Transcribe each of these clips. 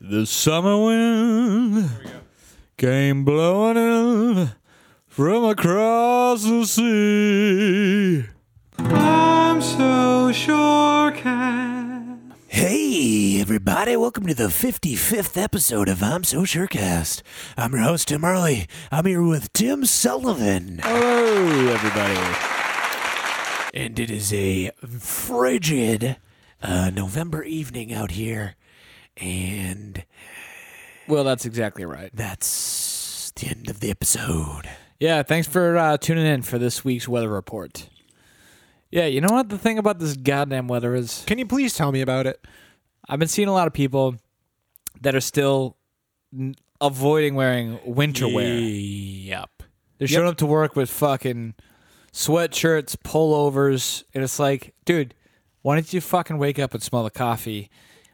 The summer wind came blowing in from across the sea. I'm so sure, can. Hey, everybody, welcome to the 55th episode of I'm So Surecast. I'm your host, Tim Early. I'm here with Tim Sullivan. Hello, everybody. And it is a frigid uh, November evening out here. And Well, that's exactly right. that's the end of the episode. Yeah, thanks for uh, tuning in for this week's weather report. Yeah, you know what the thing about this goddamn weather is? Can you please tell me about it? I've been seeing a lot of people that are still n- avoiding wearing winter wear. Yep. They're showing up to work with fucking sweatshirts, pullovers, and it's like, dude, why don't you fucking wake up and smell the coffee?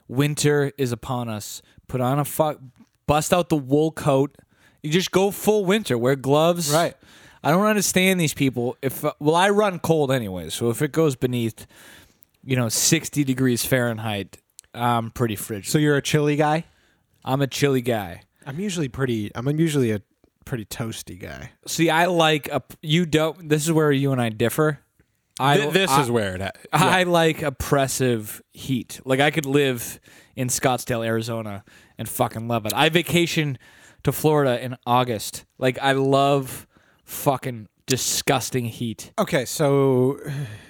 Winter is upon us. Put on a fuck, bust out the wool coat. You just go full winter. Wear gloves. Right. I don't understand these people. If well, I run cold anyway, so if it goes beneath, you know, sixty degrees Fahrenheit, I'm pretty frigid. So you're a chilly guy? I'm a chilly guy. I'm usually pretty. I'm usually a pretty toasty guy. See, I like a you don't. This is where you and I differ. I this I, is where it. ha- I like oppressive heat. Like I could live in Scottsdale, Arizona, and fucking love it. I vacation to Florida in August. Like I love fucking disgusting heat. Okay, so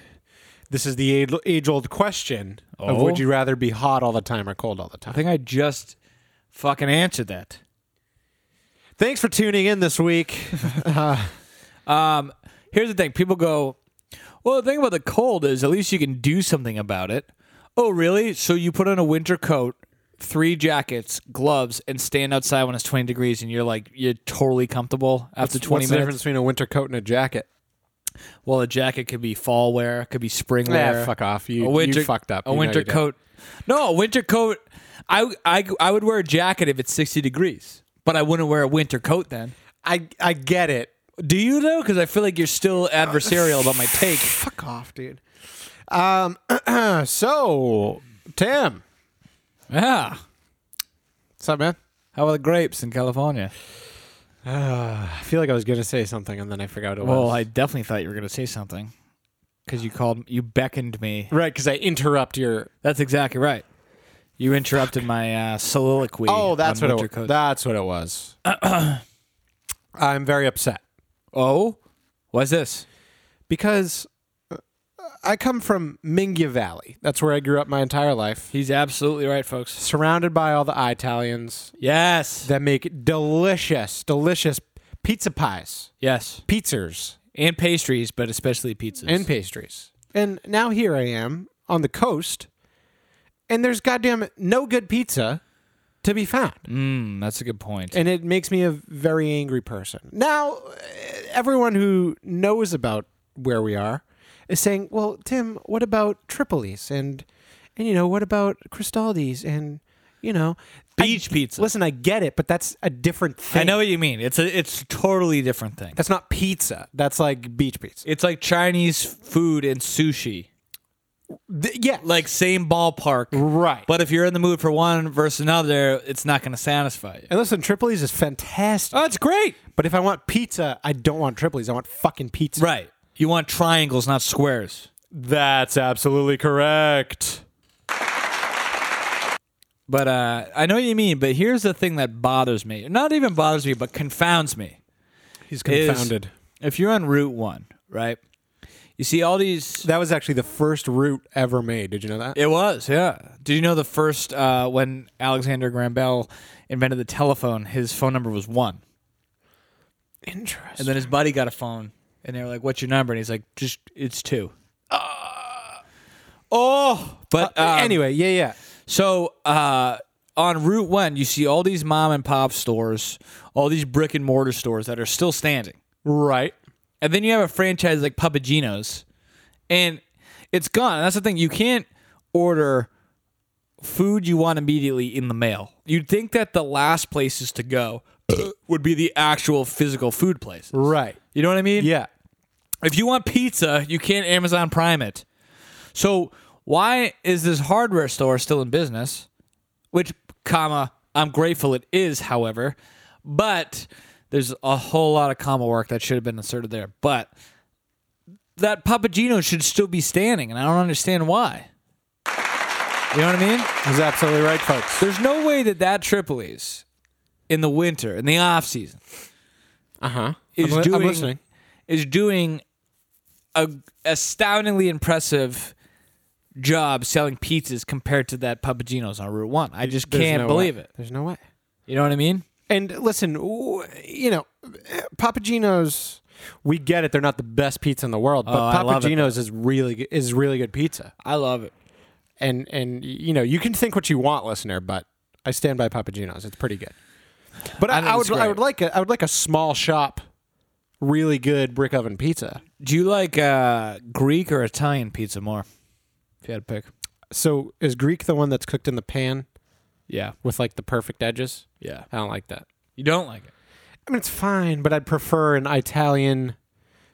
this is the age old question of would Oh. you rather be hot all the time or cold all the I time? think I just fucking answered that. Thanks for tuning in this week. Um, here's the thing: people go, "Well, the thing about the cold is at least you can do something about it." Oh, really? So you put on a winter coat, three jackets, gloves, and stand outside when it's 20 degrees, and you're like you're totally comfortable after 20 What's the minutes. difference between a winter coat and a jacket? Well, a jacket could be fall wear, could be spring wear. fuck off. You, a winter you fucked up. A You know winter you did. coat. No, a winter coat. I, I I would wear a jacket if it's 60 degrees, but I wouldn't wear a winter coat then. I I get it. Do you though? Because I feel like you're still adversarial about my take. Fuck off, dude. Um. so, Tim, Yeah. what's up, man? How are the grapes in California? Uh, I feel like I was gonna say something and then I forgot it Well, was. I definitely thought you were going to say something because you called, you beckoned me. right, because I interrupt your. That's exactly right. You interrupted my uh, soliloquy. Oh, that's on what winter it. coats. That's what it was. I'm very upset oh, what's this? because uh, I come from Mingya Valley. That's where I grew up my entire life, He's absolutely right, folks. surrounded by all the Italians Yes, that make delicious, delicious pizza pies, yes, pizzas, and pastries, but especially pizzas. and pastries. And now here I am on the coast, and there's goddamn no good pizza to be found. mm, that's a good point. and it makes me a very angry person. Now, everyone who knows about where we are is saying, "Well, Tim, what about Tripoli's and and you know what about Cristaldi's and you know I- Beach pizza. Listen, I get it, but that's a different thing. I know what you mean. It's a it's a totally different thing. that's not pizza. That's like beach pizza. It's like Chinese food and sushi, Th- yeah, like same ballpark. right. But if you're in the mood for one versus another, it's not going to satisfy you. and listen, Tripoli's is fantastic. Oh, it's great. but if I want pizza, I don't want Tripoli's. I want fucking pizza. Right. You want triangles, not squares. That's absolutely correct. But uh, I know what you mean. But here's the thing that bothers me. Not even bothers me, but confounds me. He's is confounded. If you're on Route 1, right? You see all these. That was actually the first route ever made. Did you know that? It was, yeah. Did you know the first, uh, when Alexander Graham Bell invented the telephone, his phone number was 1. Interesting. And then his buddy got a phone, and they were like, "What's your number?" And he's like, "Just it's two. Uh, oh, but um, anyway, yeah, yeah. So uh, on Route One, you see all these mom and pop stores, all these brick and mortar stores that are still standing, Right. and then you have a franchise like Papagino's, and it's gone. And that's the thing; you can't order food you want immediately in the mail. You'd think that the last places to go would be the actual physical food place. Right. You know what I mean? Yeah. If you want pizza, you can't Amazon Prime it. So why is this hardware store still in business? Which, comma, I'm grateful it is, however, but there's a whole lot of comma work that should have been inserted there. But that Papagino should still be standing, and I don't understand why. You know what I mean? He's absolutely right, folks. There's no way that that Tripoli's in the winter, in the off season, Uh huh. is I'm, li- doing I'm listening. is doing a astoundingly impressive job selling pizzas compared to that Papagino's on Route One. I just There's can't no believe way. it. There's no way. You know what I mean? And listen, w- you know, Papagino's. We get it; they're not the best pizza in the world, but Oh, I love it, Papagino's is really g- is really good pizza. I love it. And and y- you know, you can think what you want, listener, but I stand by Papagino's. It's pretty good. But I, I think I, would it's I great. would like a I would like a small shop, really good brick oven pizza. Do you like uh, Greek or Italian pizza more? If you had to pick. So is Greek the one that's cooked in the pan Yeah. with like the perfect edges? Yeah. I don't like that. You don't like it. I mean, it's fine, but I'd prefer an Italian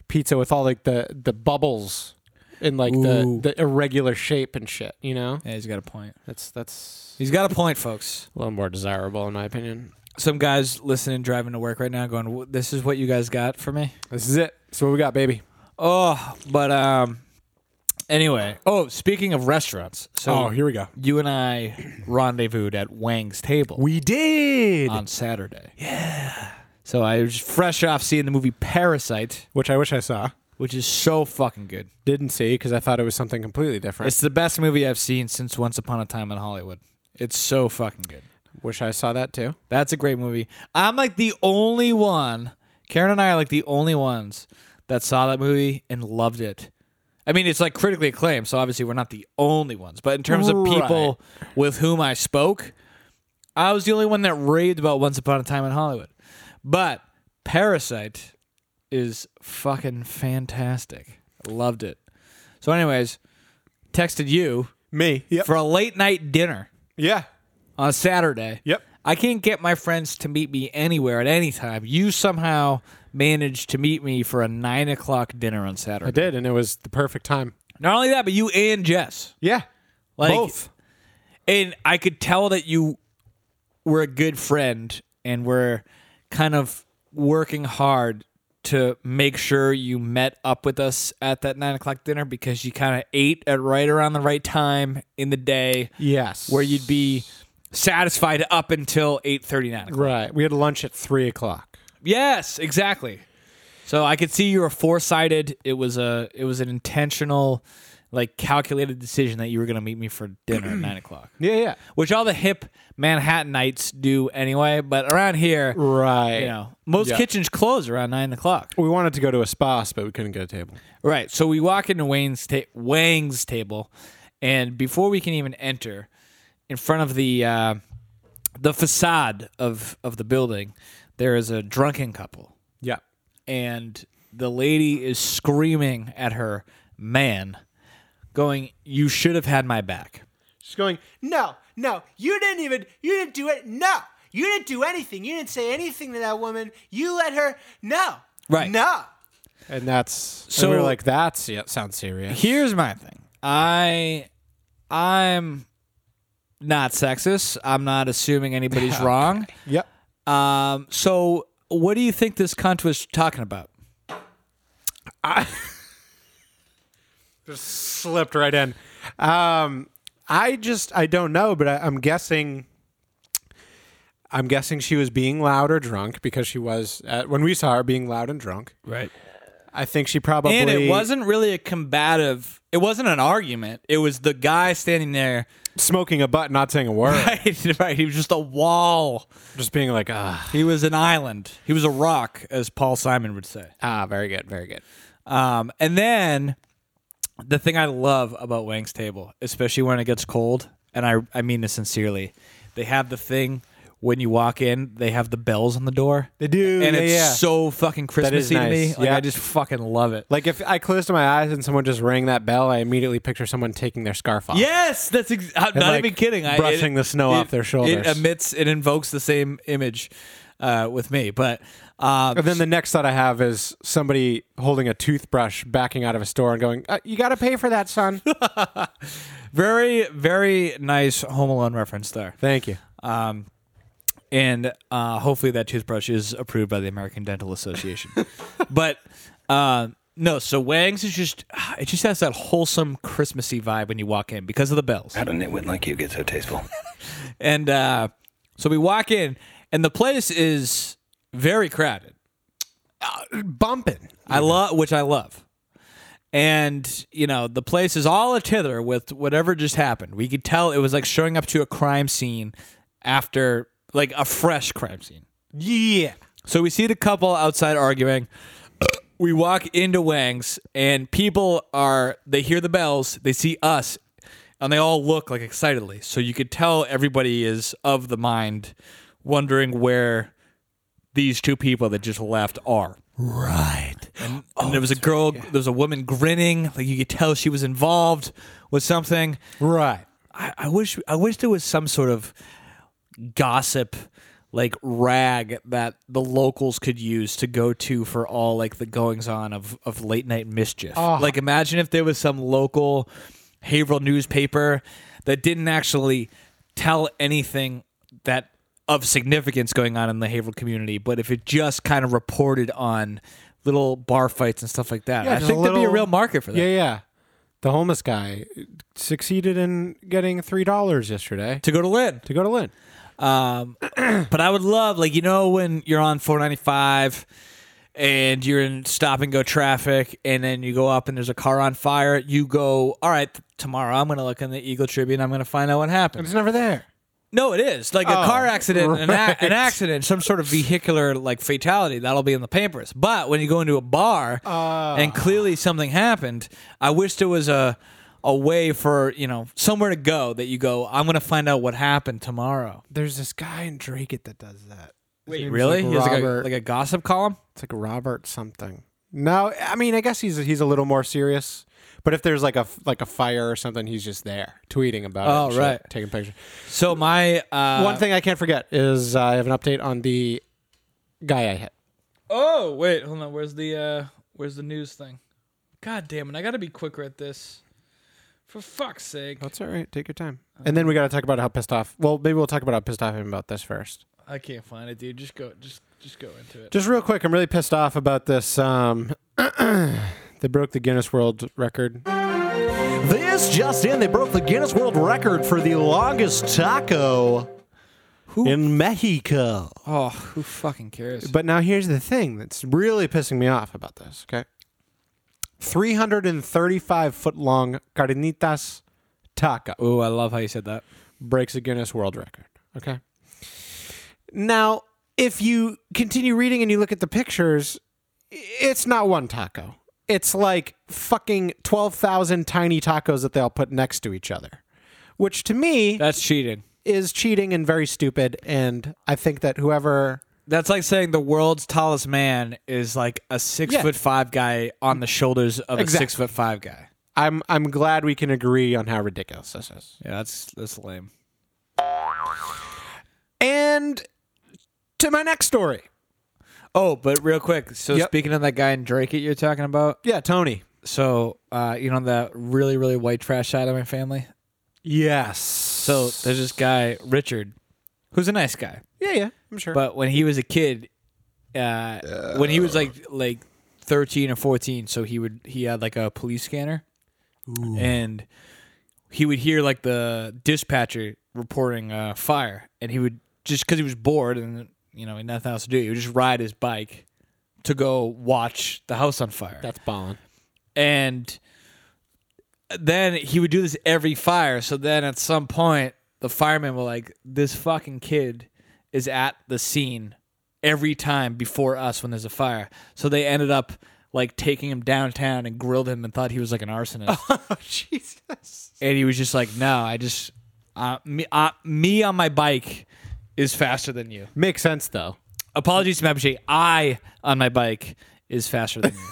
pizza with all like the the bubbles and like the, Ooh. the irregular shape and shit. You know, Yeah, he's got a point. that's that's He's got a point, folks. a little more desirable in my opinion. Some guys listening, driving to work right now, going, "W- "This is what you guys got for me." This is it. That's what we got, baby. Oh, but um, anyway. Oh, speaking of restaurants, so we go. you and I rendezvoused at Wang's Table We did, on Saturday. Yeah. So I was fresh off seeing the movie Parasite, which I wish I saw. which is so fucking good. Didn't see because I thought it was something completely different. It's the best movie I've seen since Once Upon a Time in Hollywood. It's so fucking good. wish I saw that too. That's a great movie. I'm like the only one. Karen and I are like the only ones that saw that movie and loved it. I mean, it's like critically acclaimed, so obviously we're not the only ones. But in terms of people with whom I spoke, I was the only one that raved about Once Upon a Time in Hollywood. But Parasite is fucking fantastic. Loved it. So, anyways, texted you Me, yep, for a late night dinner yeah, on Saturday. Yep. I can't get my friends to meet me anywhere at any time. You somehow managed to meet me for a nine o'clock dinner on Saturday. I did, and it was the perfect time. Not only that, but you and Jess. Yeah, Like, both. And I could tell that you were a good friend and were kind of working hard to make sure you met up with us at that nine o'clock dinner because you kind of ate at right around the right time in the day Yes, where you'd be satisfied up until 8.39 right. We had lunch at three o'clock. Yes, exactly. So I could see you were foresighted. It was a it was an intentional, like calculated decision that you were going to meet me for dinner at nine o'clock, Yeah, yeah, which all the hip Manhattanites do anyway. But around here, right. you know, most Yeah. kitchens close around nine o'clock. We wanted to go to a spa, but we couldn't get a table. Right. So we walk into Wayne's ta- Wang's table, and before we can even enter, in front of the uh, the facade of of the building, there is a drunken couple. Yeah. and the lady is screaming at her man, going, You should have had my back. She's going, No, no, you didn't even, you didn't do it. No, you didn't do anything. You didn't say anything to that woman. You let her, no. Right. No. and that's so. So- we were like, that's yeah, sounds serious. Here's my thing. I I'm not sexist. I'm not assuming anybody's wrong. Yep. Um, so what do you think this cunt was talking about? Slipped right in. Um, I just I don't know, but I, I'm guessing. I'm guessing she was being loud or drunk because she was uh, when we saw her being loud and drunk. Right. I think she probably And it wasn't really a combative it wasn't an argument. It was the guy standing there smoking a butt, not saying a word, right, right. He was just a wall. just being like, ah, He was an island. He was a rock, as Paul Simon would say. ah, very good, very good. Um, and then the thing I love about Wang's Table, especially when it gets cold, and I, I mean this sincerely, they have the thing when you walk in, they have the bells on the door. They do, And yeah, it's yeah. so fucking Christmassy to me. nice, Like, yeah. I just fucking love it. Like if I closed my eyes and someone just rang that bell, I immediately picture someone taking their scarf off. Yes, that's ex- I'm not like, even kidding. I- brushing it- the snow it- off their shoulders. It emits, it invokes the same image uh, with me. But um, And then the next thought I have is somebody holding a toothbrush backing out of a store and going, uh, "You got to pay for that, son." very, very nice Home Alone reference there. Thank you. and uh, hopefully that toothbrush is approved by the American Dental Association. but uh, no, so Wang's is just it just has that wholesome Christmassy vibe when you walk in because of the bells. How did a nitwit like you get so tasteful? And uh, so we walk in, and the place is very crowded. bumping. I love, which I love. And you know, the place is all a tither with whatever just happened. We could tell it was like showing up to a crime scene after like a fresh crime scene. Yeah. So we see the couple outside arguing. We walk into Wang's, and people are, they hear the bells, they see us, and they all look like excitedly. So you could tell everybody is of the mind, wondering where these two people that just left are. Right. And there was a girl, there was a woman grinning, like you could tell she was involved with something. Right. I, I wish I wish there was some sort of gossip like rag that the locals could use to go to for all like the goings on of, of late night mischief. Ah. Like imagine if there was some local Haverhill newspaper that didn't actually tell anything that of significance going on in the Haverhill community, but if it just kind of reported on little bar fights and stuff like that. I just think there'd be a little- real market for that. Yeah, yeah. The homeless guy succeeded in getting three dollars yesterday To go to Lynn. to go to Lynn. Um, but I would love, like, you know, when you're on 495 and you're in stop and go traffic, and then you go up and there's a car on fire, you go, all right, tomorrow I'm going to look in the Eagle Tribune. I'm going to find out what happened. It's never there. No, it is like a car accident, an, Oh. right. a- an accident, some sort of vehicular like fatality that'll be in the papers. But when you go into a bar Ah. and clearly something happened, I wish there was a a way for you know somewhere to go that you go. I'm gonna find out what happened tomorrow. There's this guy in Drake it that does that. His name's Really? Like He has, like, a, Robert- like a gossip column. It's like Robert something. No, I mean, I guess he's he's a little more serious. But if there's like a like a fire or something, he's just there tweeting about it. Oh, and shit, right. taking pictures. So my uh, One thing I can't forget is uh, I have an update on the guy I hit. Oh wait, hold on. Where's the uh, where's the news thing? God damn it! I gotta be quicker at this. For fuck's sake! That's all right. Take your time. And then we got to talk about how pissed off. Well, maybe we'll talk about how pissed off I am about this first. I can't find it, dude. Just go. Just just go into it. Just real quick, I'm really pissed off about this. Um, they broke the Guinness World Record. This just in, they broke the Guinness World Record for the longest taco in Mexico. Oh, who fucking cares? But now here's the thing that's really pissing me off about this, okay? 335 foot long carnitas taco Oh, I love how you said that. breaks a Guinness World Record, okay? Now, if you continue reading and you look at the pictures, it's not one taco. It's like fucking 12,000 tiny tacos that they all put next to each other, which to me That's cheating. is cheating and very stupid. And I think that whoever That's like saying the world's tallest man is like a six Yeah. foot five guy on the shoulders of Exact- a six foot five guy. I'm I'm glad we can agree on how ridiculous this is. Yeah, that's that's lame. And to my next story. Oh, but real quick. So Yep. speaking of that guy in Drake, it you're talking about. Yeah, Tony. So uh, you know that really really white trash side of my family. Yes. So So there's this guy Richard, who's a nice guy. yeah, yeah, I'm sure. but when he was a kid, uh, when he was like like thirteen or fourteen, so he would he had like a police scanner, and he would hear like the dispatcher reporting a fire, and he would just because he was bored and you know he had nothing else to do, he would just ride his bike to go watch the house on fire that's ballin'. and then he would do this every fire. So then at some point, the firemen were like, "This fucking kid is at the scene every time before us when there's a fire." So they ended up like taking him downtown and grilled him and thought he was like an arsonist. Oh Jesus. and he was just like, "No, I just uh, me, uh, me on my bike is faster than you." Makes sense though. Apologies to Mapuche. I on my bike is faster than you.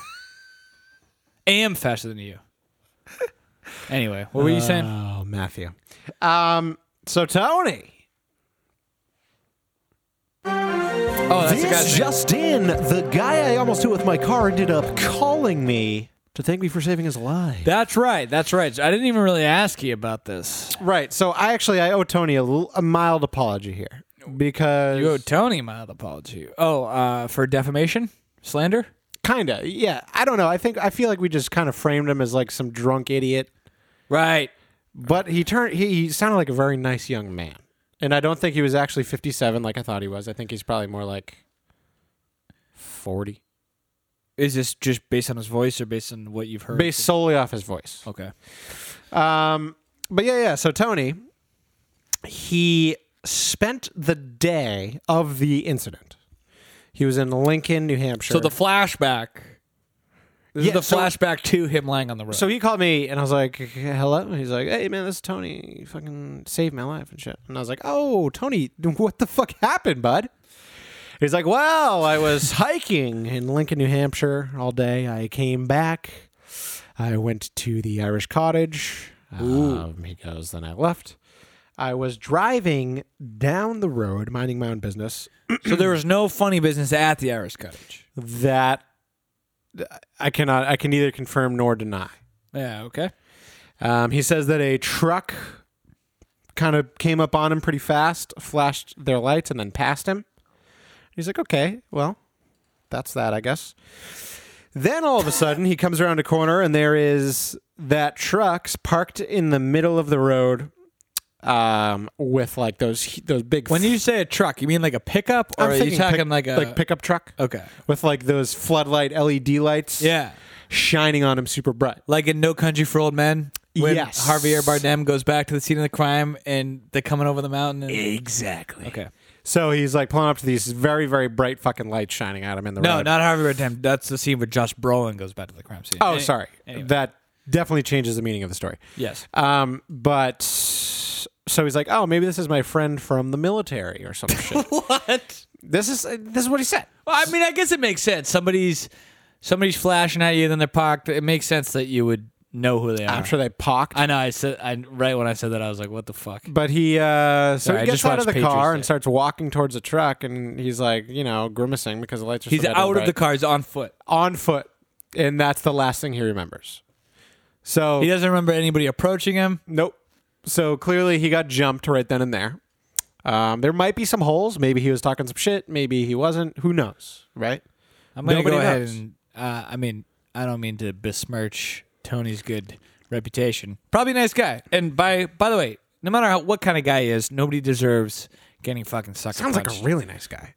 Am faster than you. Anyway, what were you saying? Oh, Matthew. Um so Tony. Oh, that's the This guy's name. just in, the guy I almost hit with my car ended up calling me to thank me for saving his life. That's right. That's right. I didn't even really ask you about this. Right. So I actually I owe Tony a, l- a mild apology here. because You owe Tony my apology. Oh, uh, for defamation, slander. kinda yeah. I don't know. I think I feel like we just kind of framed him as like some drunk idiot, Right. but he turned he, he sounded like a very nice young man, and I don't think he was actually fifty seven like I thought he was. I think he's probably more like forty, Is this just based on his voice or based on what you've heard? based solely off his voice. Okay. Um, but yeah, yeah. So Tony, he spent the day of the incident. He was in Lincoln, New Hampshire. So the flashback. This Yeah, is the so- flashback to him lying on the road. so he called me and I was like, "Hello." And he's like, "Hey, man, this is Tony. You fucking saved my life and shit." And I was like, "Oh, Tony, what the fuck happened, bud?" He's like, "Well, I was hiking in Lincoln, New Hampshire all day. I came back. I went to the Irish Cottage." Um, he goes, "Then I left. I was driving down the road, minding my own business, so there was no funny business at the Irish cottage. that I cannot I can neither confirm nor deny. Yeah. Okay. Um, he says that a truck kind of came up on him pretty fast, flashed their lights, and then passed him. He's like, okay, well, that's that, I guess. Then all of a sudden, he comes around a corner, and there is that truck's parked in the middle of the road, um, with like those those big. When you say a truck, you mean like a pickup, or I'm are you thinking pick- talking like a like pickup truck Okay. with like those floodlight LED lights, Yeah. shining on him super bright. Like in No Country for Old Men, when Yes. Javier Bardem goes back to the scene of the crime and they're coming over the mountain. And, Exactly. okay. So he's like pulling up to these very very bright fucking lights shining at him in the No, road. not Javier Bardem. That's the scene where Josh Brolin goes back to the crime scene. Oh, Any- sorry. anyway. That definitely changes the meaning of the story. Yes. Um, but so he's like, "Oh, maybe this is my friend from the military or some shit." What? this is uh, this is what he said. Well, I mean, I guess it makes sense. Somebody's somebody's flashing at you, then they're parked. It makes sense that you would know who they are. I'm sure they pocked. uh, I know. I said. I right when I said that, I was like, "What the fuck?" but he uh, so Sorry, I he just gets out watched of the Patriots car Day. and starts walking towards the truck, and he's like, you know, grimacing because the lights are. He's so out goddamn of the bright. car. He's on foot. on foot, and that's the last thing he remembers. So He doesn't remember anybody approaching him. Nope. So clearly he got jumped right then and there. Um, there might be some holes. Maybe he was talking some shit. Maybe he wasn't. Who knows? Right? I'm gonna Nobody go ahead knows. and. Uh, I mean, I don't mean to besmirch Tony's good reputation. Probably a nice guy. And by by the way, no matter how, what kind of guy he is, nobody deserves getting fucking sucker Sounds like punched. a really nice guy.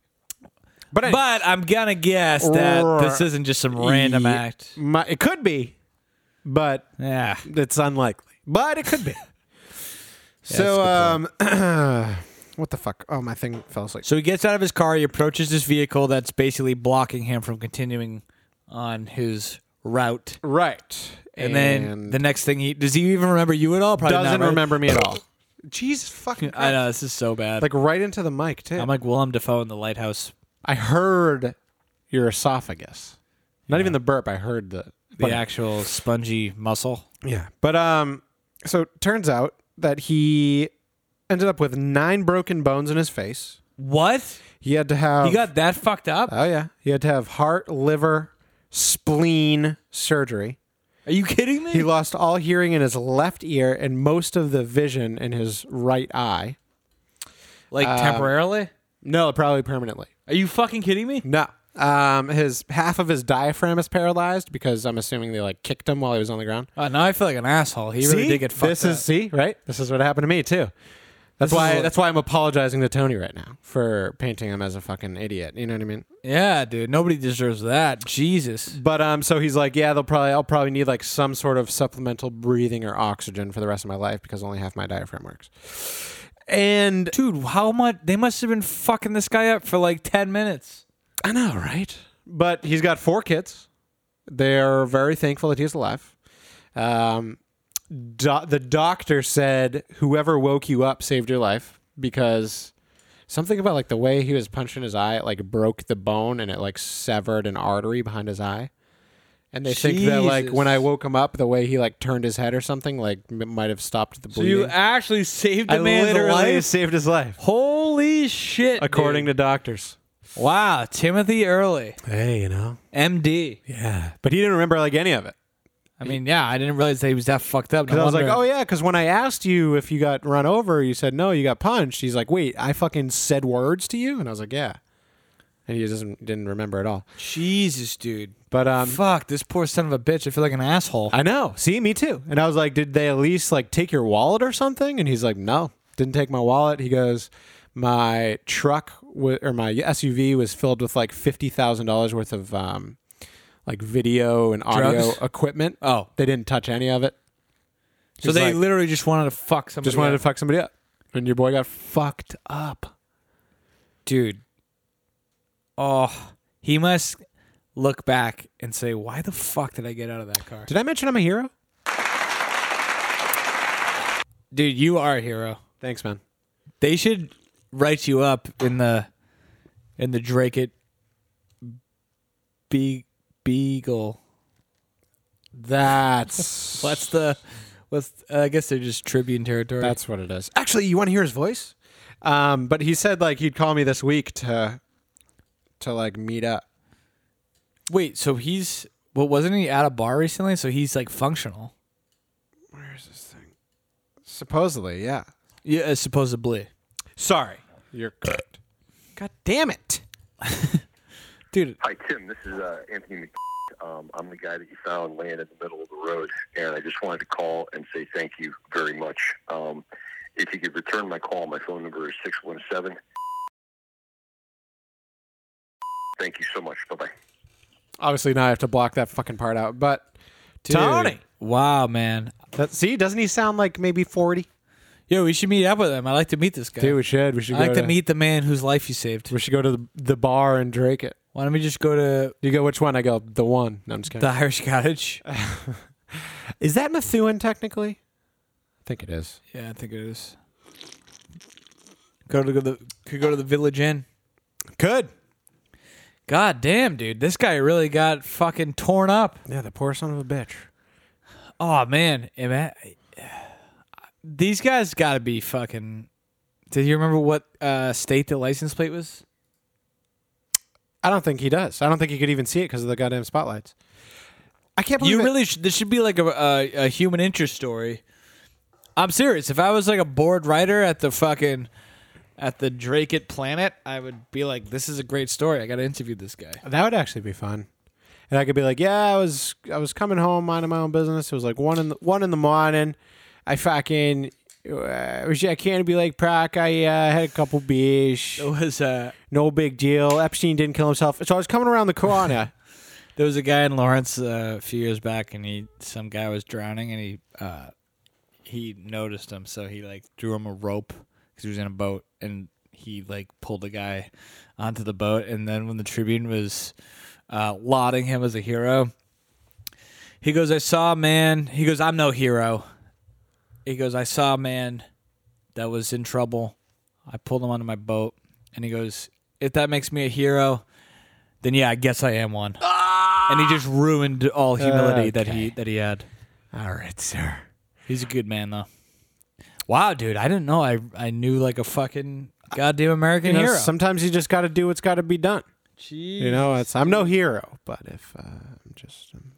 But, anyway, But I'm gonna guess that Roar. this isn't just some random Yeah. act. my- it could be, but Yeah. it's unlikely. But it could be. that's so, a um, what the fuck? Oh, my thing fell asleep. So he gets out of his car, he approaches this vehicle that's basically blocking him from continuing on his route. Right. And, then the next thing he does he even remember you at all? Probably not, doesn't right? remember me at all. Jesus fucking I Christ. know this is so bad. Like right into the mic, too. I'm like Willem Dafoe in the lighthouse. I heard your esophagus. Not even the burp. I heard the The actual spongy muscle. yeah. But um, so it turns out that he ended up with nine broken bones in his face. What? He had to have. He got that fucked up? Oh yeah. He had to have heart, liver, spleen surgery. Are you kidding me? He lost all hearing in his left ear and most of the vision in his right eye. like um, temporarily? No, probably permanently. Are you fucking kidding me? No. Um, his half of his diaphragm is paralyzed because I'm assuming they like kicked him while he was on the ground. Oh, now I feel like an asshole. He really See? did get fucked This up. is see right. This is what happened to me too. That's is why. what- that's why I'm apologizing to Tony right now for painting him as a fucking idiot. You know what I mean? yeah, dude. Nobody deserves that. Jesus. But um, so he's like, yeah, they'll probably, I'll probably need like some sort of supplemental breathing or oxygen for the rest of my life because only half my diaphragm works. And Dude, how much they must have been fucking this guy up for like ten minutes. I know, right? But he's got four kids. They're very thankful that he's alive. Um, do- the doctor said whoever woke you up saved your life because something about like the way he was punching his eye it like broke the bone and it like severed an artery behind his eye. And they think that like when I Jesus. woke him up, the way he like turned his head or something like m- might have stopped the So you bleeding. actually saved a I man's literally life. saved his life, Holy shit! according to doctors. to wow, Timothy Early, Hey, you know, M.D. yeah, but he didn't remember like any of it. I mean, yeah, I didn't realize that he was that fucked up. No Because I was like, wonder. oh yeah, because when I asked you if you got run over, you said no, you got punched. He's like, wait, I fucking said words to you, and I was like, yeah, and he doesn't didn't remember at all. Jesus, dude. But um, Fuck this poor son of a bitch. I feel like an asshole. I know. See, me too. And I was like, did they at least like take your wallet or something? And he's like, no, didn't take my wallet. He goes, my truck w- or my SUV was filled with like fifty thousand dollars worth of um, like video and audio Drugs? equipment. Oh. they didn't touch any of it. so they like- literally just wanted to fuck somebody. Just wanted to up. fuck somebody up, and your boy got fucked up. dude. Oh, he must look back and say, "Why the fuck did I get out of that car?" Did I mention I'm a hero? Dude, you are a hero. Thanks, man. They should write you up in the in the Drake it be beagle. That's What's the what's uh, I guess they're just Tribune territory. That's what it is. Actually, you want to hear his voice? Um, but he said like he'd call me this week to to like meet up. wait. So he's well, wasn't he at a bar recently? So he's like functional. Supposedly, yeah. uh, Yeah, supposedly. Sorry. You're correct. God damn it. Dude, Hi, Tim. This is uh, Anthony. Mc- Um, I'm the guy that you found laying in the middle of the road, and I just wanted to call and say thank you very much. Um, if you could return my call, my phone number is six one seven. Thank you so much. Bye bye. Obviously now I have to block that fucking part out, but dude. Tony. Wow, man. That, see, doesn't he sound like maybe 40? Yeah, we should meet up with him. I like to meet this guy. Dude, we should. We should I go like to to- meet the man whose life you saved. We should go to the, the bar and drink it. Why don't we just go to You go, which one? I go, the one. No, I'm just kidding. the Irish cottage? is that Methuen technically? I think it is. Yeah, I think it is. Go to the could go to the Village Inn. Good. God damn, dude, this guy really got fucking torn up. Yeah, the poor son of a bitch. Oh man, am I- these guys got to be fucking. Did you remember what uh, state the license plate was? I don't think he does. I don't think he could even see it because of the goddamn spotlights. I can't believe you it- really sh- this should be like a, a, a human interest story i'm serious if i was like a bored writer at the fucking at the drake it planet i would be like this is a great story i gotta interview this guy that would actually be fun. And I could be like, yeah, I was I was coming home minding my own business. It was like one in the one in the morning. I fucking I was at Canterbury Lake Park. I uh, had a couple beers. it was uh No big deal. Epstein didn't kill himself. So I was coming around the corner. there was a guy in lawrence uh, a few years back and he some guy was drowning and he uh he noticed him so he like drew him a rope because he was in a boat and he like pulled the guy onto the boat and then when the tribune was uh lauding him as a hero He goes, I saw a man. He goes, I'm no hero. He goes, I saw a man that was in trouble. I pulled him onto my boat. And he goes, If that makes me a hero, then yeah, I guess I am one. And he just ruined all humility that he that he had. All right, sir. He's a good man though. Wow, dude, I didn't know I I knew like a fucking goddamn American You know, hero. sometimes you just got to do what's got to be done. You know, it's, I'm no hero, but if uh, I'm just um,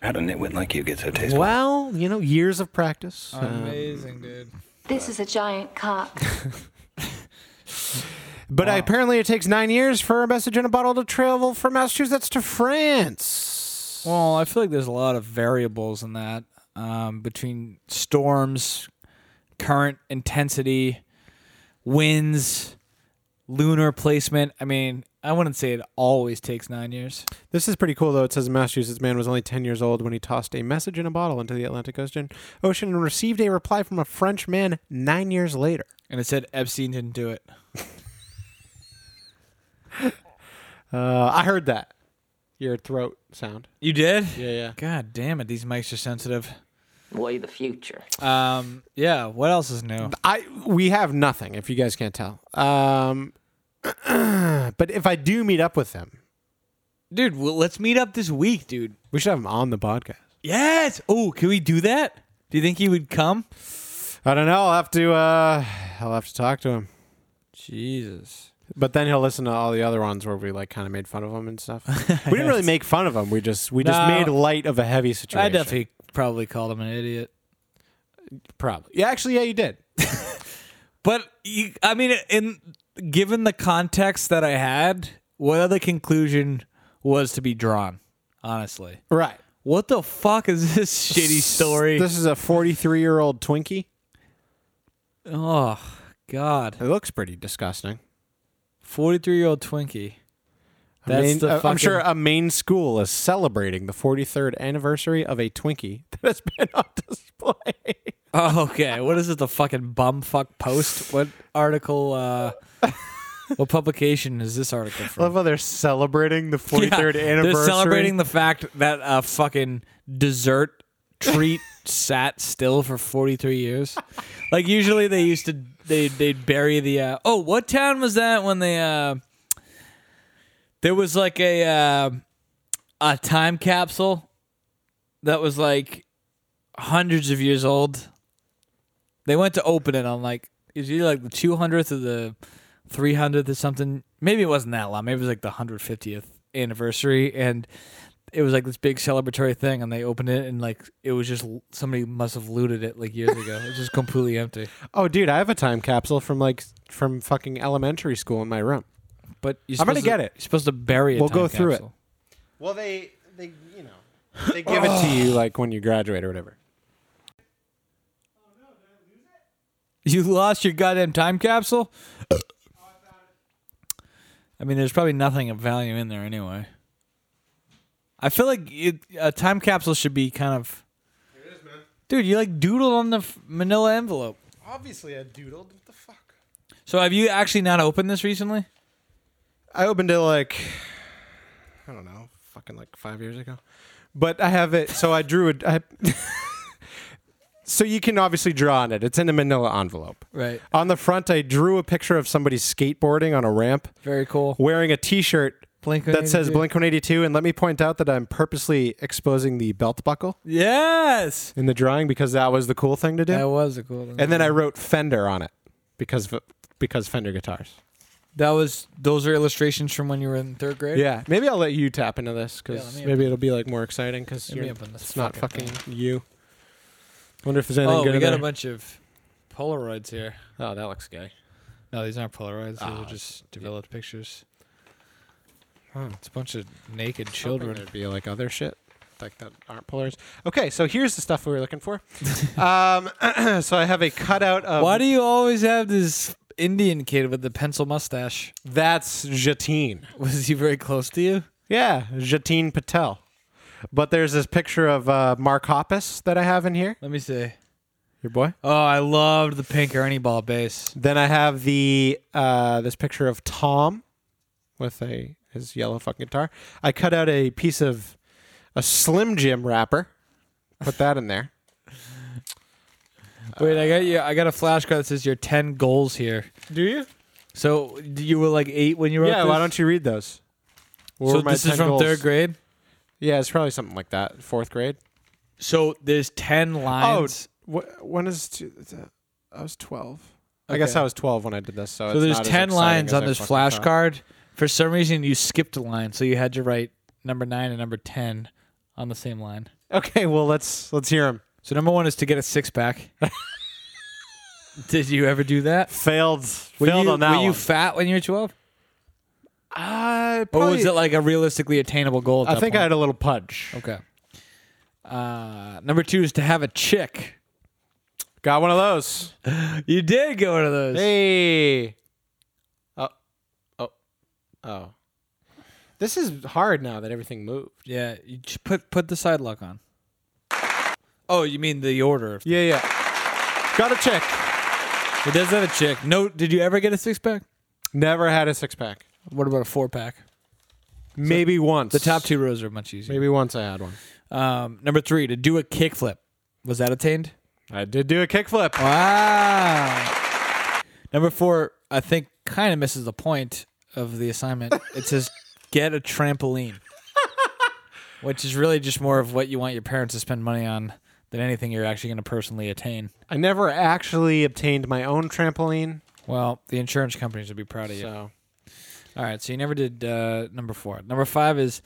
How'd a nitwit like you get so tasteful? well, you know, years of practice. um, Amazing, dude. This is a giant cock. But apparently, it takes nine years for a message in a bottle to travel from Massachusetts to France. Well, I feel like there's a lot of variables in that um, between storms, current intensity, winds, lunar placement. I mean, I wouldn't say it always takes nine years. This is pretty cool, though. It says a Massachusetts man was only 10 years old when he tossed a message in a bottle into the Atlantic Ocean Ocean and received a reply from a French man nine years later. And it said Epstein didn't do it. Uh, I heard that. Your throat sound. You did? Yeah, yeah. God damn it, these mics are sensitive. Way the future. Um, yeah, what else is new? I we have nothing if you guys can't tell. Um, but if I do meet up with him, Dude, well, let's meet up this week, dude. we should have him on the podcast. Yes. Oh, can we do that? Do you think he would come? I don't know. I'll have to. Uh, I'll have to talk to him. Jesus. But then he'll listen to all the other ones where we like kind of made fun of him and stuff. We didn't really make fun of him. We just we just No. made light of a heavy situation. I definitely probably called him an idiot. probably. Yeah, actually, yeah, you did. But you, I mean, in given the context that I had, what other conclusion was to be drawn? Honestly, Right. what the fuck is this shitty story? This is a 43 year old Twinkie. oh God, It looks pretty disgusting. forty-three-year-old Twinkie. A That's main- the uh, I'm fucking- sure a Maine school is celebrating the 43rd anniversary of a Twinkie that has been on display. Oh, okay. What is it? The fucking bumfuck post? What article? uh What publication is this article I love from? how they're celebrating the 43rd Yeah, anniversary. They're celebrating the fact that a fucking dessert treat sat still for 43 years. Like usually they used to they they'd bury the uh, oh what town was that when they uh there was like a uh, a time capsule that was like hundreds of years old. They went to open it on like it was either like the 200th or the 300th or something. Maybe it wasn't that long. Maybe it was like the 150th anniversary, and it was like this big celebratory thing. And they opened it, and like it was just somebody must have looted it like years ago. It was just completely empty. Oh, dude, I have a time capsule from like from fucking elementary school in my room. But you're I'm gonna supposed get to, it. You're supposed to bury it. We'll go through it. Well, they, they, you know. They give it to you like when you graduate or whatever. You lost your goddamn time capsule. I mean, there's probably nothing of value in there anyway. I feel like it, a time capsule should be kind of. Dude, you like doodled on the f- manila envelope. Obviously, I doodled. What the fuck? So have you actually not opened this recently? I opened it like I don't know, fucking like five years ago. But I have it. So I drew it. so you can obviously draw on it. It's in a Manila envelope. Right. On the front, I drew a picture of somebody skateboarding on a ramp, Very cool. wearing a T-shirt Blink that says 182. Blink One Eighty Two. And let me point out that I'm purposely exposing the belt buckle Yes. in the drawing because that was the cool thing to do. That was a cool. and then I wrote Fender on it because because Fender guitars. that was those are illustrations from when you were in third grade. Yeah, maybe I'll let you tap into this Yeah, let because me maybe it'll be like more exciting because Let me open this it's not fucking fucking you. Wonder if there's anything Oh, we good got in a there. bunch of Polaroids here. oh, that looks gay. No, these aren't Polaroids. These Ah, are just developed pictures. It's a bunch of naked Children children. would be like other shit like that aren't pullers. Okay, so here's the stuff we were looking for. um, so I have a cutout of Why do you always have this Indian kid with the pencil mustache? that's Jatin. Was he very close to you? Yeah, Jatin Patel. But there's this picture of uh, Mark Hoppus that I have in here. Let me see. Your boy. Oh, I loved the pink Ernie ball base. Then I have the uh, this picture of Tom with a his yellow fucking guitar. I cut out a piece of a Slim Jim wrapper, put that in there. Wait, I got you. I got a flashcard that says your ten goals here. Do you? So you were like eight when you wrote Yeah. this? Why don't you read those? What So were my this is 10 from goals? third grade. Yeah, it's probably something like that. Fourth grade. So there's ten lines. Oh, wh- when is two, I was twelve. I guess Okay. I was twelve when I did this. So, so it's there's not as ten exciting lines as on I this fucking thought. flashcard. For some reason, you skipped a line, so you had to write number nine and number ten on the same line. Okay, well let's let's hear them. So number one is to get a six pack. Did you ever do that? Failed. Were failed you, on that were you one. fat when you were twelve, I or probably- was it like a realistically attainable goal? At I that think I point? had a little pudge. Okay. Uh, number two is to have a chick. Got one of those. You did go to those. Hey. Oh. Oh. Oh. This is hard now that everything moved. Yeah, you just put put the sidelock on. Oh, you mean the order? Yeah, yeah. Got a check. It does have a chick. No, did you ever get a six pack? Never had a six pack. What about a four pack? Maybe once. The top two rows are much easier. Maybe once I had one. Um, number three, to do a kickflip. Was that attained? I did do a kickflip. Wow. Number four, I think, kind of misses the point of the assignment. It says get a trampoline, which is really just more of what you want your parents to spend money on than anything you're actually going to personally attain. I never actually obtained my own trampoline, Well, the insurance companies would be proud of you. so All right, so you never did uh, number four. Number five is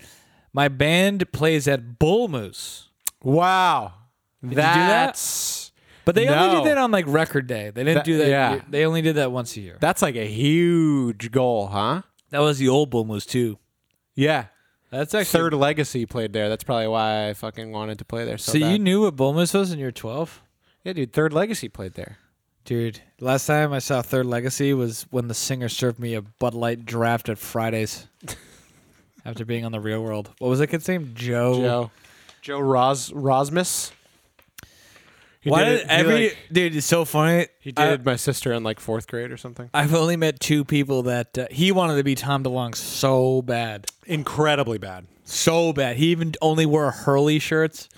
my band plays at Bull Moose, Wow. you do that? That's but they only No. did that on like record day. They didn't That- do that. yeah. They only did that once a year. that's like a huge goal, huh? That was the old Bull Moose too. Yeah. That's actually Third Legacy played there. That's probably why I fucking wanted to play there. So, So you bad. knew what Bull Moose was, and you were twelve. yeah, dude. Third Legacy played there. Dude, last time I saw Third Legacy was when the singer served me a Bud Light draft at Fridays after being on the real world. What was that kid's name? Joe. Joe, Joe Ros Rosmus. He Why did did it- he, every like- dude? It's so funny. he did my sister in like fourth grade or something. I, have only met two people that uh, he wanted to be Tom DeLonge so bad, Incredibly bad. so bad. He even only wore Hurley shirts.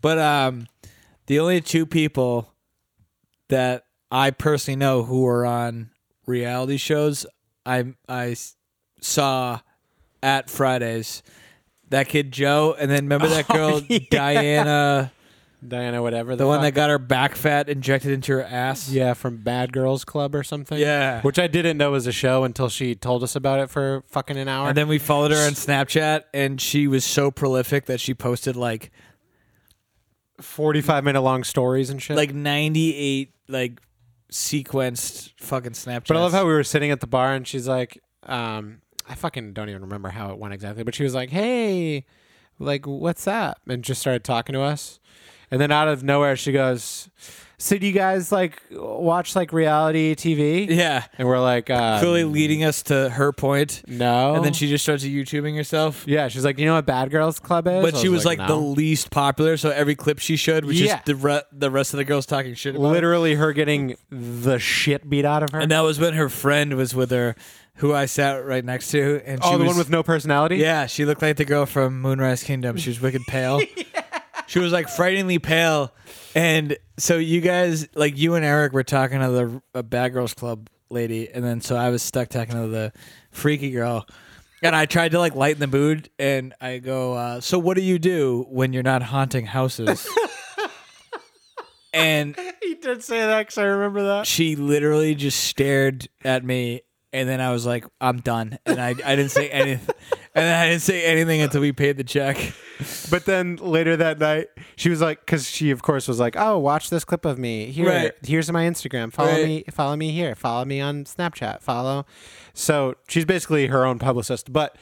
But um, the only two people that I personally know who were on reality shows, I I s- saw at Fridays. That kid Joe, and then remember Oh, that girl Diana, Diana, whatever the one fuck- that got her back fat injected into her ass. yeah from Bad Girls Club or something. Yeah. which I didn't know was a show until she told us about it for fucking an hour. And then we followed her on Snapchat, and she was so prolific that she posted like forty-five minute long stories and shit. like ninety eight like sequenced fucking Snapchats. But I love how we were sitting at the bar and she's like, um, I fucking don't even remember how it went exactly, but she was like, hey, like, what's up? And just started talking to us. And then out of nowhere, she goes, so do you guys like watch like reality TV? yeah, And we're like, uh, clearly leading us to her point, no. and then she just starts YouTubing herself. yeah, she's like, you know what Bad Girls Club is? But I she was like, the "No." least popular, so every clip she showed was Yeah. just the re- the rest of the girls talking shit. About her. literally her getting the shit beat out of her. And that was when her friend was with her, who I sat right next to, and she oh, the was, one with no personality? Yeah, she looked like the girl from Moonrise Kingdom. She was wicked pale. She was like frighteningly pale. And so you guys, like you and Eric, were talking to the uh, Bad Girls Club lady, and then so I was stuck talking to the freaky girl. And I tried to like lighten the mood, and I go, uh, "So what do you do when you're not haunting houses?" and He did say that because I remember that. she literally just stared at me and then I was like, I'm done. And I, I didn't say anything. And then I didn't say anything until we paid the check. But then later that night, she was like, because she of course was like, "Oh, watch this clip of me here. Right. Here's my Instagram. Follow Right. me. Follow me here. Follow me on Snapchat. Follow." So she's basically her own publicist. But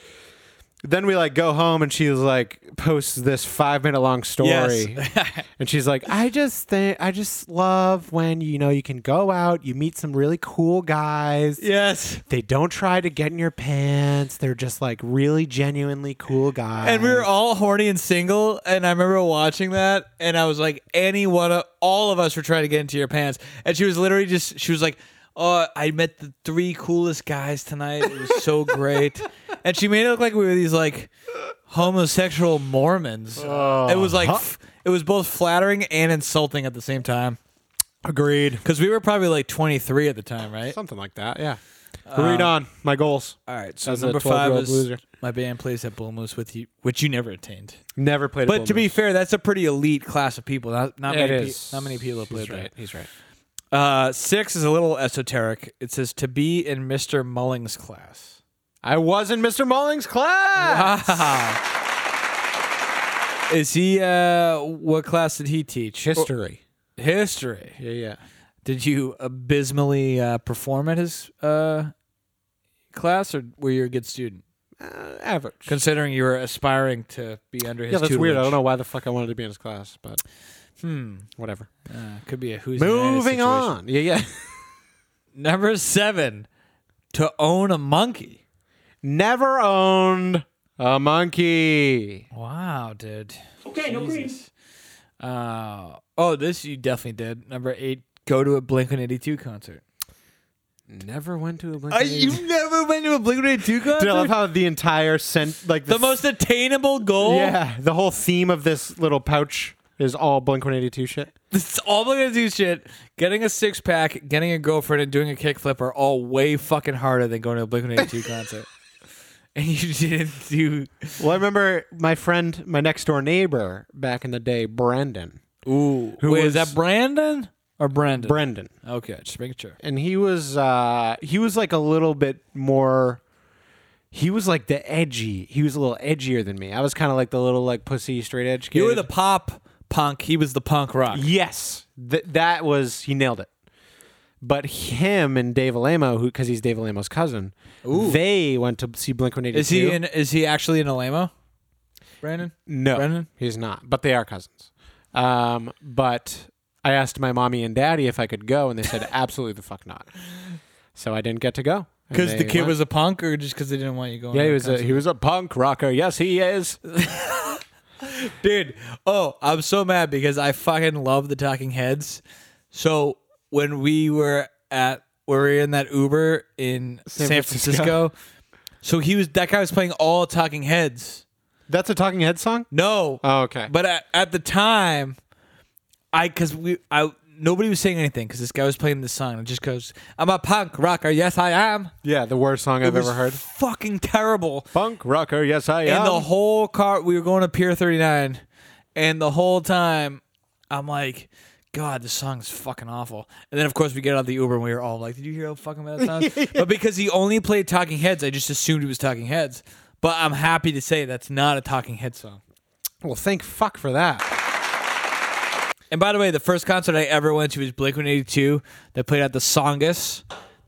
then we like go home, and she was like posts this five minute long story, and she's like, "I just think I just love when you know you can go out, you meet some really cool guys." yes. They don't try to get in your pants. They're just like really genuinely cool guys. And we were all horny and single. And I remember watching that. And I was like, any one of all of us were trying to get into your pants. And she was literally just, she was like, Oh, I met the three coolest guys tonight. It was so great. And she made it look like we were these like homosexual Mormons. it was like, f- it was both flattering and insulting at the same time. agreed. Because we were probably like 23 at the time, right? Something like that, yeah. Read on my goals. All right. So As a number five 12-year-old is loser. my band plays at Bull Moose with you, which you never attained. Never played. But to be fair, that's a pretty elite class of people. Not, not It many, pe- is. not many people have played that. He's right. Uh, six is a little esoteric. It says to be in Mr. Mulling's class. I was in Mr. Mulling's class. is he? Uh, what class did he teach? History. Or- history. Yeah, yeah. Did you abysmally uh, perform at his uh, class, or were you a good student? Average. Considering you were aspiring to be under his Yeah, that's tutelage. weird. I don't know why the fuck I wanted to be in his class, but whatever. Uh, could be a who's in that Moving situation. on. Yeah, yeah. Number seven, to own a monkey. Never owned a monkey. Wow, dude. Okay, no greens. Uh, oh, this you definitely did. Number eight, go to a Blink 182 concert. Never went to a Uh, monkey. you never went to a Blink 182 concert? Dude, I love how the entire sent like the f- most attainable goal. Yeah, the whole theme of this little pouch is all Blink One Eighty Two shit. This is all Blink 182 shit. Getting a six pack, getting a girlfriend, and doing a kickflip are all way fucking harder than going to a Blink 182 concert. And you didn't do. Well, I remember my friend, my next door neighbor back in the day, Brandon. Ooh. Wait, is was- that Brandon or Brandon? Brendan. Okay, just making sure. And he was uh he was like a little bit more He was like the edgy. He was a little edgier than me. I was kind of like the little like pussy straight edge kid. You were the pop punk. He was the punk rock. Yes, Th- that was he nailed it. But him and Dave Alamo, who because he's Dave Alamo's cousin, they went to see Blink One Eighty Two. Is he in? Is he actually in Alamo? Brandon. No, Brennan? he's not. But they are cousins. Um, but I asked my mommy and daddy if I could go, and they said absolutely the fuck not. So I didn't get to go And Because the they kid went. was a punk, or just because they didn't want you going? Yeah, to he a was a, he was a punk rocker. Yes, he is. dude. Oh, I'm so mad because I fucking love the Talking Heads. So when we were at, we were in that Uber in San, Francisco. So he was that guy was playing all Talking Heads. That's a Talking Heads song. No, Oh, okay. but at, at the time, I because we I nobody was saying anything because this guy was playing this song. It just goes, "I'm a punk rocker. Yes, I am." yeah, the worst song I've It was ever heard. Fucking terrible. Punk rocker. Yes, I am. And the whole car, we were going to Pier 39, and the whole time, I'm like, God, this song is fucking awful. And then, of course, we get out of the Uber, and we were all like, Did you hear how fucking bad it sounds? but because he only played Talking Heads, I just assumed it was Talking Heads. But I'm happy to say that's not a Talking Head song. well, thank fuck for that. And by the way, the first concert I ever went to was Blink 182. They played at the Songus,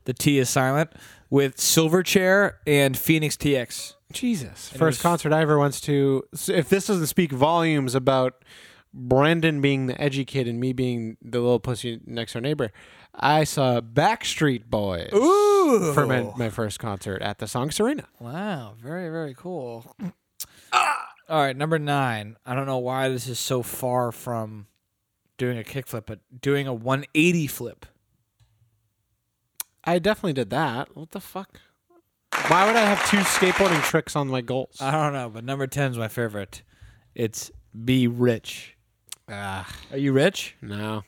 the T is silent, with Silverchair and Phoenix TX. Jesus. First concert I ever went to. so if this doesn't speak volumes about Brandon being the edgy kid and me being the little pussy next door neighbor, I saw Backstreet Boys Ooh. for my, my first concert at the Song Arena. Wow, very, very cool. All right, number nine. I don't know why this is so far from doing a kickflip, but doing a 180 flip. I definitely did that. What the fuck? Why would I have two skateboarding tricks on my goals? I don't know, but number 10 is my favorite. It's be rich. Are you rich? no.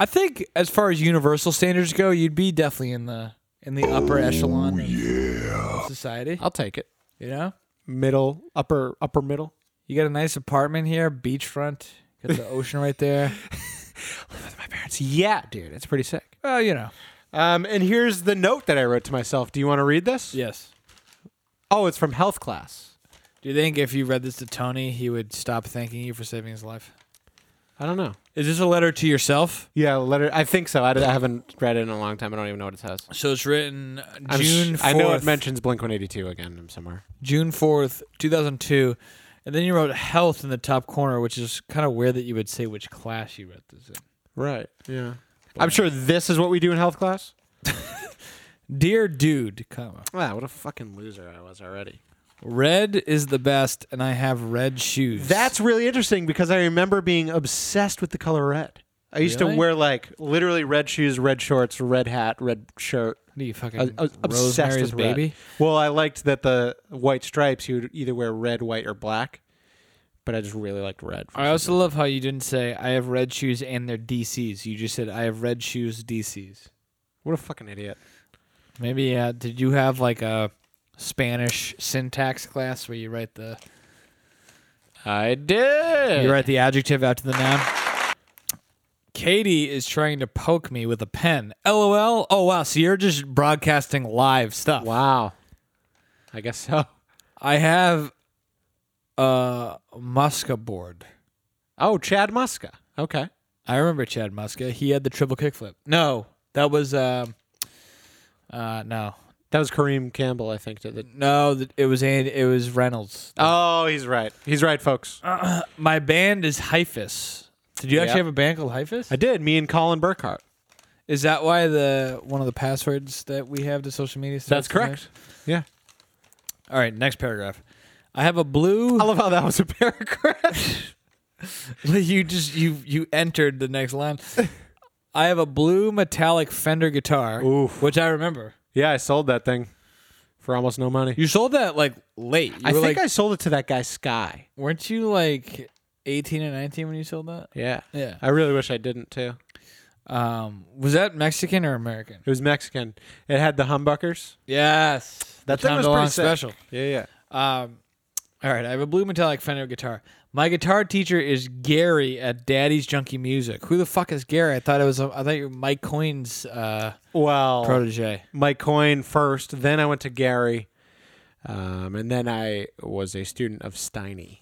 I think as far as universal standards go, you'd be definitely in the in the upper echelon of society. I'll take it. You know? Middle, upper, upper middle. You got a nice apartment here, beachfront, got the ocean right there. Parents. Yeah, dude. It's pretty sick. Well, you know. Um, and here's the note that I wrote to myself. Do you want to read this? Yes. Oh, it's from health class. Do you think if you read this to Tony, he would stop thanking you for saving his life? I don't know. Is this a letter to yourself? Yeah, letter. I think so. I, d- I haven't read it in a long time. I don't even know what it says. So it's written I'm sh- June 4th, I know it mentions Blink 182 again somewhere. June 4th, 2002. And then you wrote health in the top corner, which is kind of weird that you would say which class you read this in. Right. Yeah. I'm sure this is what we do in health class. Dear dude, comma. Wow, what a fucking loser I was already. Red is the best, and I have red shoes. That's really interesting because I remember being obsessed with the color red. I used Really? to wear like literally red shoes, red shorts, red hat, red shirt. What are you fucking I was, I was obsessed Rosemary's with baby. Red. Well, I liked that the white stripes. You would either wear red, white, or black. But I just really liked red. for I some also love how you didn't say I have red shoes and they're DCs. You just said I have red shoes, DCs. reason. what a fucking idiot! Maybe uh, did you have like a Spanish syntax class where you write the I did. you write the adjective after the noun? Katie is trying to poke me with a pen. LOL. Oh wow, so you're just broadcasting live stuff. Wow. I guess so. I have a Muska board. Oh, Chad Muska. Okay. I remember Chad Muska. He had the triple kickflip. No, that was um uh no. That was Kareem Campbell, I think. Did it. No, th- it was and it was Reynolds. Oh, he's right. Uh. He's right, folks. My band is Hyphus. Did you actually Yeah. have a band called Hyphus? I did. Me and Colin Burkhart. Is that why the one of the passwords that we have to social media? starts That's correct. Yeah. with? All right, next paragraph. I have a blue. I love how that was a paragraph. you just you you entered the next line. I have a blue metallic Fender guitar, Oof. which I remember. yeah, I sold that thing for almost no money. You sold that like late. You I were think like, I sold it to that guy Sky. weren't you like eighteen or nineteen when you sold that? Yeah. Yeah. I really wish I didn't too. Um, was that Mexican or American? It was Mexican. It had the humbuckers. Yes, That The thing Tom was DeLonge pretty sick. special. Yeah, yeah. Um, all right, I have a blue metallic Fender guitar. My guitar teacher is Gary at Daddy's Junkie Music. Who the fuck is Gary? I thought it was I thought you were Mike Coyne's uh, Well, protege. my coin first, then I went to Gary, Um, and then I was a student of Steiny.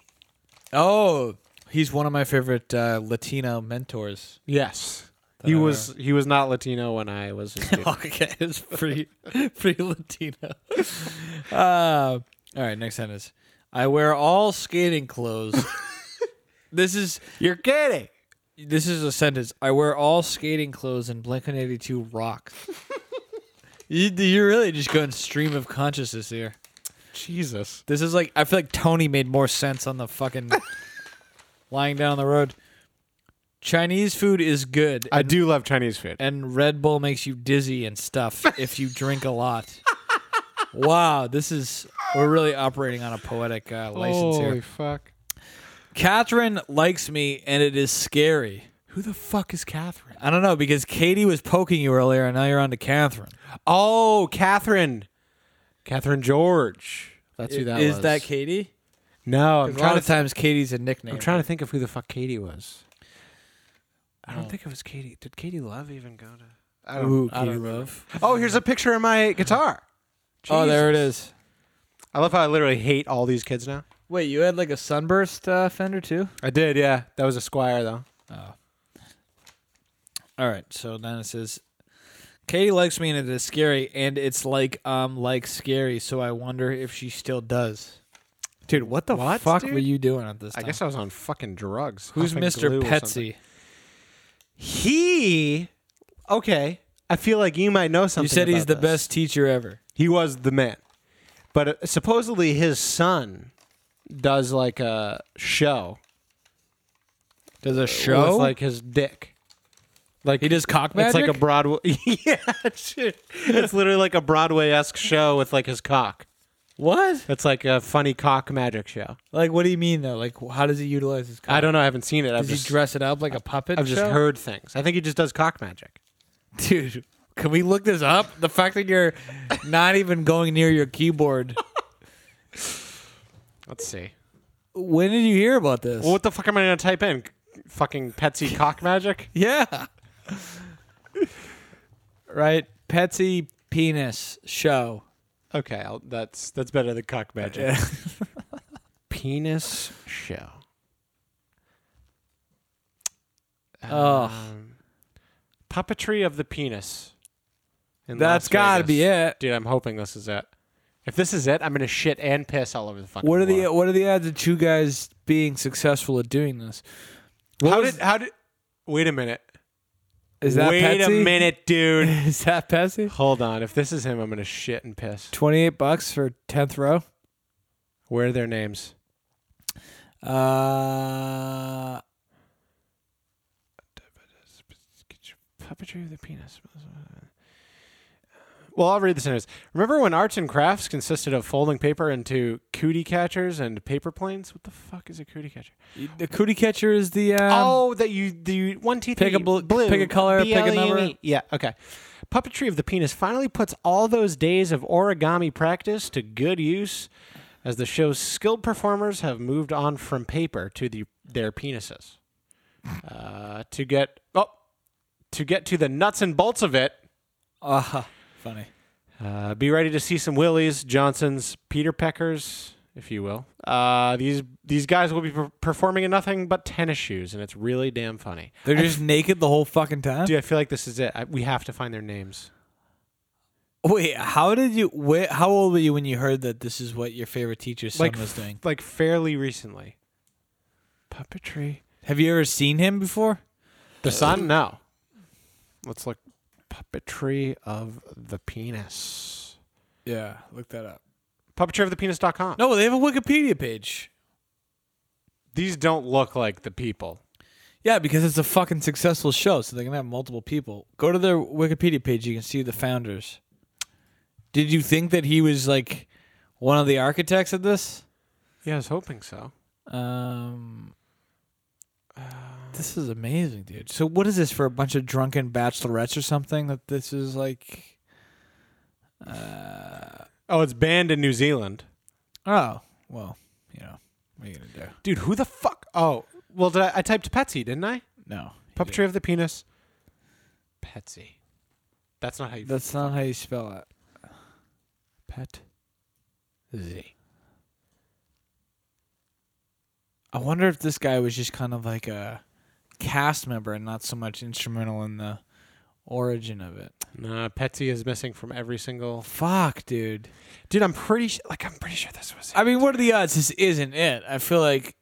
Oh, he's one of my favorite uh, Latino mentors. Yes. He was he was not Latino when I was a student. Okay, it's pretty pretty Latino. Uh, all right, next sentence. I wear all skating clothes. this is You're kidding. this is a sentence. I wear all skating clothes and Blink One Eighty Two rock. you, you're really just going stream of consciousness here. Jesus. This is like I feel like Tony made more sense on the fucking lying down on the road. Chinese food is good, I do love Chinese food. and Red Bull makes you dizzy and stuff if you drink a lot. wow, this is we're really operating on a poetic uh, license here. fuck. Catherine likes me, and it is scary. Who the fuck is Catherine? I don't know because Katie was poking you earlier, and now you're on to Catherine. Oh, Catherine. Catherine George. That's who that Is was. that Katie? No, I'm A lot trying to of times Katie's a nickname. I'm trying to think of who the fuck Katie was. I don't think it was Katie. Did Katie Love even go to? I don't. I don't love. Oh, here's a picture of my guitar. Oh, there it is. I love how I literally hate all these kids now. Wait, you had like a sunburst uh, fender too? I did, yeah. That was a Squire though. All right, so then it says, Katie likes me and it is scary, and it's like um like scary, so I wonder if she still does. Dude, what the What, fuck dude? were you doing at this I time? guess I was on fucking drugs. Who's huffing Mr. glue or something. Petsy? He. Okay, I feel like you might know something. You said he's the about this. best teacher ever. He was the man, but uh, supposedly his son does like a show Does a with show? like his dick. like he does cock magic? It's like a Broadway. yeah, dude. it's literally like a Broadway esque show with like his cock. what? It's like a funny cock magic show. Like what do you mean though? Like how does he utilize his? Cock? I don't know. I haven't seen it. I've Does just he dress it up like a puppet? I've just show? heard things. I think he just does cock magic. dude. Can we look this up? The fact that you're not even going near your keyboard. Let's see. When did you hear about this? Well, what the fuck am I gonna type in? Fucking Petsy cock magic. Yeah. right? Petsy penis show. Okay, I'll, that's that's better than cock magic. Penis show. Ugh. Um, Puppetry of the penis. in That's Las gotta Vegas. be it. Dude, I'm hoping this is it. If this is it, I'm gonna shit and piss all over the fucking. What are the floor. what are the odds of two guys being successful at doing this? How was- did how did? Wait a minute. Is that Wait Petsy? a minute, dude. Is that Petsy? Hold on. If this is him, I'm gonna shit and piss. Twenty eight bucks for tenth row. Where are their names? Uh Puppetry of the penis. Well, I'll read the sentence. Remember when arts and crafts consisted of folding paper into cootie catchers and paper planes? What the fuck is a cootie catcher? the cootie catcher is the um, oh, that you the one teeth. Pick that a you bl- pick a color, pick a B-L-E-M-E. number. E Yeah, okay. Puppetry of the penis finally puts all those days of origami practice to good use, as the show's skilled performers have moved on from paper to the their penises. Uh, to get oh, to get to the nuts and bolts of it. uh, funny. Uh, be ready to see some Willies, Johnsons, Peter Peckers, if you will. Uh, these these guys will be per- performing in nothing but tennis shoes, and it's really damn funny. They're just naked the whole fucking time. Dude, I feel like this is it. I, we have to find their names. Wait, how did you? Wait, how old were you when you heard that this is what your favorite teacher's son was doing? like fairly recently. Puppetry. Have you ever seen him before? The son? No. Let's look. Puppetry of the penis. Yeah, look that up. Puppetryofthepenis.com. No, they have a Wikipedia page. These don't look like the people. Yeah, because it's a fucking successful show, so they're gonna have multiple people. Go to their Wikipedia page; you can see the founders. Did you think that he was like one of the architects of this? Yeah, I was hoping so. Um, uh, this is amazing, dude. So, what is this for? A bunch of drunken bachelorettes or something? That this is like, Oh, it's banned in New Zealand. oh, well, you know, what are you gonna do? Dude, who the fuck? Oh, well, did I, I typed Petsy, didn't I? No, Puppetry of the penis. Petsy. That's not how you. That's not how you spell it. pet. Z. I wonder if this guy was just kind of like a cast member and not so much instrumental in the origin of it. Nah, Petsy is missing from every single. Fuck, dude. Dude, I'm pretty sure. Like, I'm pretty sure this was. it. I mean, what are the odds this isn't it? I feel like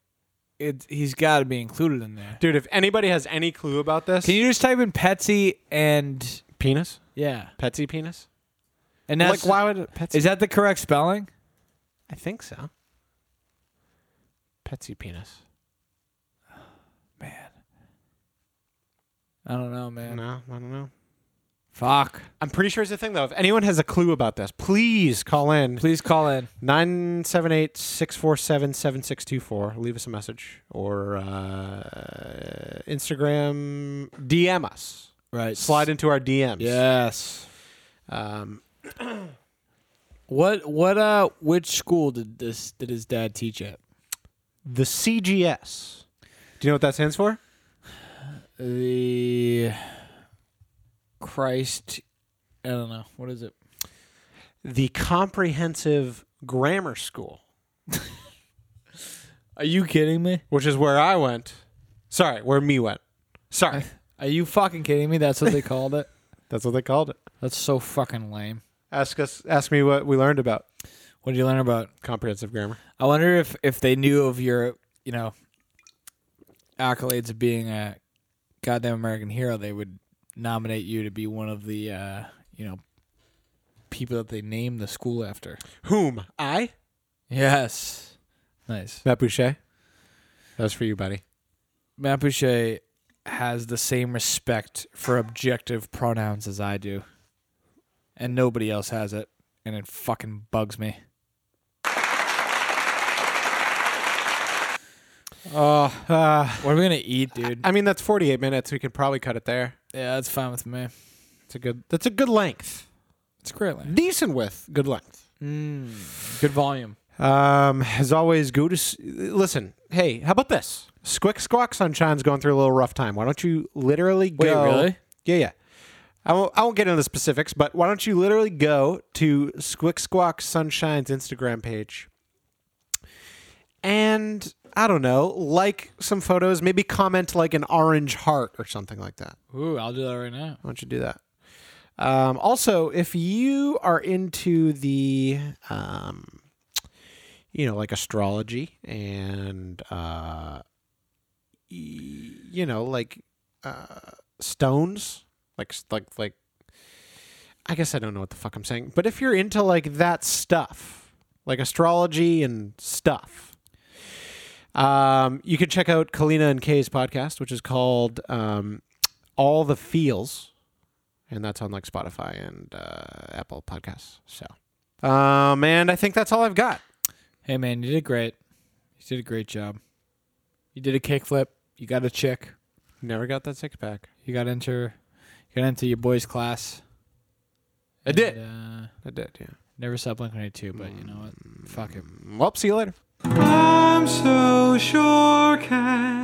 it. He's got to be included in there. Dude, if anybody has any clue about this, Can you just type in Petsy and penis, yeah, Petsy penis. and Like, that's why would Petsy? is that the correct spelling? I think so. Petsy penis. Man, I don't know, man. No, I don't know. Fuck. I'm pretty sure it's a thing though. If anyone has a clue about this, please call in Please call in. 978-647-7624. Leave us a message or uh, Instagram DM us. Right. Slide into our DMs. Yes. Um, What? What? Uh, which school did this? Did his dad teach at? the CGS. Do you know what that stands for? The Christ. I don't know. What is it? The Comprehensive Grammar School, Are you kidding me? which is where I went. Sorry, where me went. Sorry. Are you fucking kidding me? That's what they called it. That's what they called it. That's so fucking lame. Ask us ask me what we learned about What did you learn about? comprehensive grammar. I wonder if if they knew of your you know accolades of being a goddamn American hero, they would nominate you to be one of the uh, you know people that they name the school after. Whom? I? Yes, nice. Matt Boucher. That was for you, buddy. Matt Boucher has the same respect for objective pronouns as I do, and nobody else has it, and it fucking bugs me. Oh, uh, What are we gonna eat, dude? I mean that's 48 minutes. We could probably cut it there. Yeah, that's fine with me. It's a good. That's a good length. It's great. Lane. Decent width. Good length. Good volume. Um, as always, go to s- listen. Hey, how about this? Squick Squawk Sunshine's going through a little rough time. Why don't you literally Wait, go? really? Yeah, yeah. I won't, I won't get into the specifics, but why don't you literally go to Squick Squawk Sunshine's Instagram page and I don't know, like some photos, maybe comment like an orange heart or something like that. Ooh, I'll do that right now. Why don't you do that? Um, also, if you are into the, um, you know, like astrology and, uh, y- you know, like uh, stones, like like like, I guess I don't know what the fuck I'm saying, but if you're into like that stuff, like astrology and stuff, um, you can check out Kalina and Kay's podcast, which is called um, All the Feels, and that's on like Spotify and uh, Apple Podcasts. So, um, and I think that's all I've got. Hey, man, you did great. You did a great job. You did a kickflip. You got a chick. Never got that six pack. You got into, you got into your boys' class. I did. Uh, I did. Yeah. never saw Blink 182, but you know what? Fuck it. Well, see you later. I'm so sure, Cass.